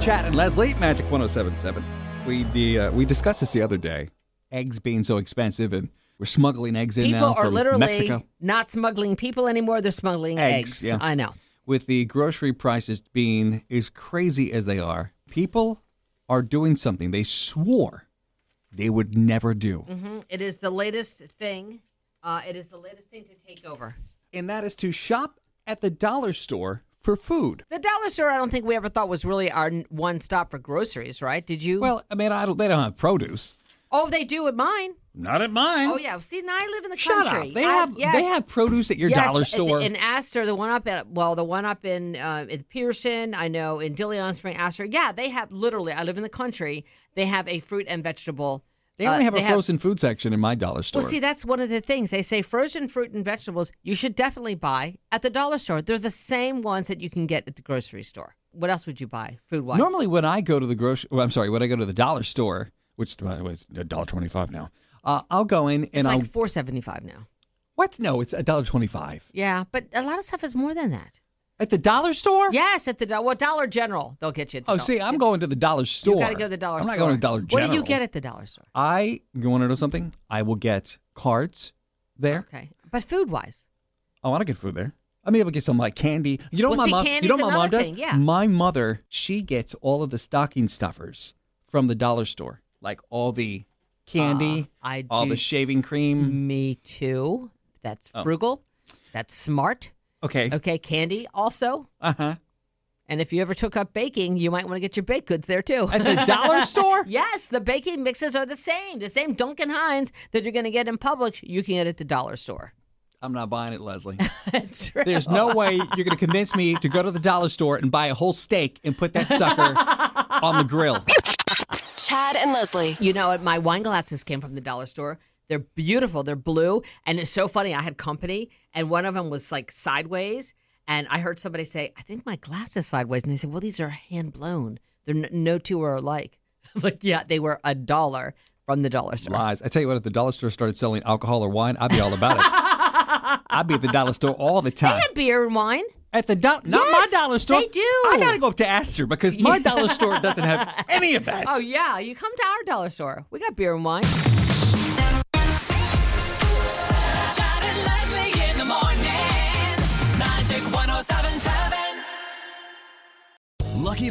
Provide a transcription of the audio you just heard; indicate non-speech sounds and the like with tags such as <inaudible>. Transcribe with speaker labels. Speaker 1: Chad and Leslie, Magic 1077. We de- uh, we discussed this the other day. Eggs being so expensive, and we're smuggling eggs in
Speaker 2: People
Speaker 1: now
Speaker 2: are
Speaker 1: from
Speaker 2: literally
Speaker 1: Mexico
Speaker 2: not smuggling people anymore. They're smuggling eggs.
Speaker 1: Eggs, yeah.
Speaker 2: I know.
Speaker 1: with the grocery prices being as crazy as they are, people are doing something they swore they would never do.
Speaker 2: It is the latest thing. Uh, it is the latest thing to take over.
Speaker 1: And that is to shop at the dollar store for food.
Speaker 2: The dollar store, I don't think we ever thought was really our n- one stop for groceries, right? Did you?
Speaker 1: Well, I mean, I don't, they don't have produce.
Speaker 2: oh, they do at mine.
Speaker 1: Not at mine.
Speaker 2: Oh yeah. See, now I live in the
Speaker 1: Shut
Speaker 2: country.
Speaker 1: up. They
Speaker 2: I-
Speaker 1: have
Speaker 2: yes.
Speaker 1: they have produce at your
Speaker 2: Yes,
Speaker 1: dollar
Speaker 2: at the-
Speaker 1: store.
Speaker 2: in Astor, the one up at well, the one up in uh, in Pearson, I know in Dillion Spring, Astor. Yeah, they have literally. I live in the country. They have a fruit and vegetable.
Speaker 1: they
Speaker 2: uh,
Speaker 1: only have a
Speaker 2: they
Speaker 1: frozen food section in my dollar store.
Speaker 2: Well, see, that's one of the things they say: frozen fruit and vegetables you should definitely buy at the dollar store. They're the same ones that you can get at the grocery store. What else would you buy food wise?
Speaker 1: Normally, when I go to the grocery, well, I'm sorry, when I go to the dollar store, which by the way is a dollar twenty-five now, uh, I'll go in
Speaker 2: it's
Speaker 1: and I'll
Speaker 2: like four seventy five now.
Speaker 1: what? No, it's a dollar twenty-five
Speaker 2: Yeah, but a lot of stuff is more than that.
Speaker 1: at the dollar store.
Speaker 2: Yes, at the do- well, Dollar General, they'll get you. At the
Speaker 1: Oh,
Speaker 2: dollar-
Speaker 1: see, I'm going to the dollar store.
Speaker 2: You got to go to the dollar
Speaker 1: I'm
Speaker 2: store.
Speaker 1: not going to Dollar General.
Speaker 2: What do you get at the dollar store?
Speaker 1: I you want to know something? I will get cards there.
Speaker 2: Okay, but food wise,
Speaker 1: I want to get food there. I'm able to get some like candy. You know
Speaker 2: Well,
Speaker 1: what
Speaker 2: see,
Speaker 1: my mom? You
Speaker 2: candy's
Speaker 1: know what my mom
Speaker 2: another
Speaker 1: does?
Speaker 2: thing, yeah.
Speaker 1: My mother, she gets all of the stocking stuffers from the dollar store, like all the candy,
Speaker 2: Ah, I
Speaker 1: all
Speaker 2: do-
Speaker 1: the shaving cream.
Speaker 2: me too. That's
Speaker 1: Oh.
Speaker 2: frugal. That's smart.
Speaker 1: Okay.
Speaker 2: Okay, candy also.
Speaker 1: Uh huh.
Speaker 2: And if you ever took up baking, you might want to get your baked goods there too.
Speaker 1: <laughs> At the dollar <laughs> store?
Speaker 2: yes, the baking mixes are the same. The same Duncan Hines that you're going to get in Publix, you can get at the dollar store. <laughs>
Speaker 1: I'm not buying it, Leslie.
Speaker 2: That's right.
Speaker 1: There's no way you're going to convince me to go to the dollar store and buy a whole steak and put that sucker on the grill.
Speaker 3: Chad and Leslie.
Speaker 2: You know, my wine glasses came from the dollar store. They're beautiful. They're blue, and it's so funny. I had company, and one of them was like sideways, and I heard somebody say, "I think my glass is sideways," and they said, "Well, these are hand blown. They're n- no two are alike." <laughs> I'm like, yeah, they were a dollar from the dollar store.
Speaker 1: Lies. I tell you what, if the dollar store started selling alcohol or wine, I'd be all about it. I'd be at the dollar store all the
Speaker 2: They
Speaker 1: time.
Speaker 2: had beer and wine.
Speaker 1: At the dollar, not my
Speaker 2: Yes,
Speaker 1: dollar store.
Speaker 2: they do.
Speaker 1: I gotta go up to Astor because my dollar store doesn't have any of that.
Speaker 2: Oh yeah, you come to our dollar store. We got beer and wine.
Speaker 4: Chad and Leslie in the morning. Magic 1077.
Speaker 5: Lucky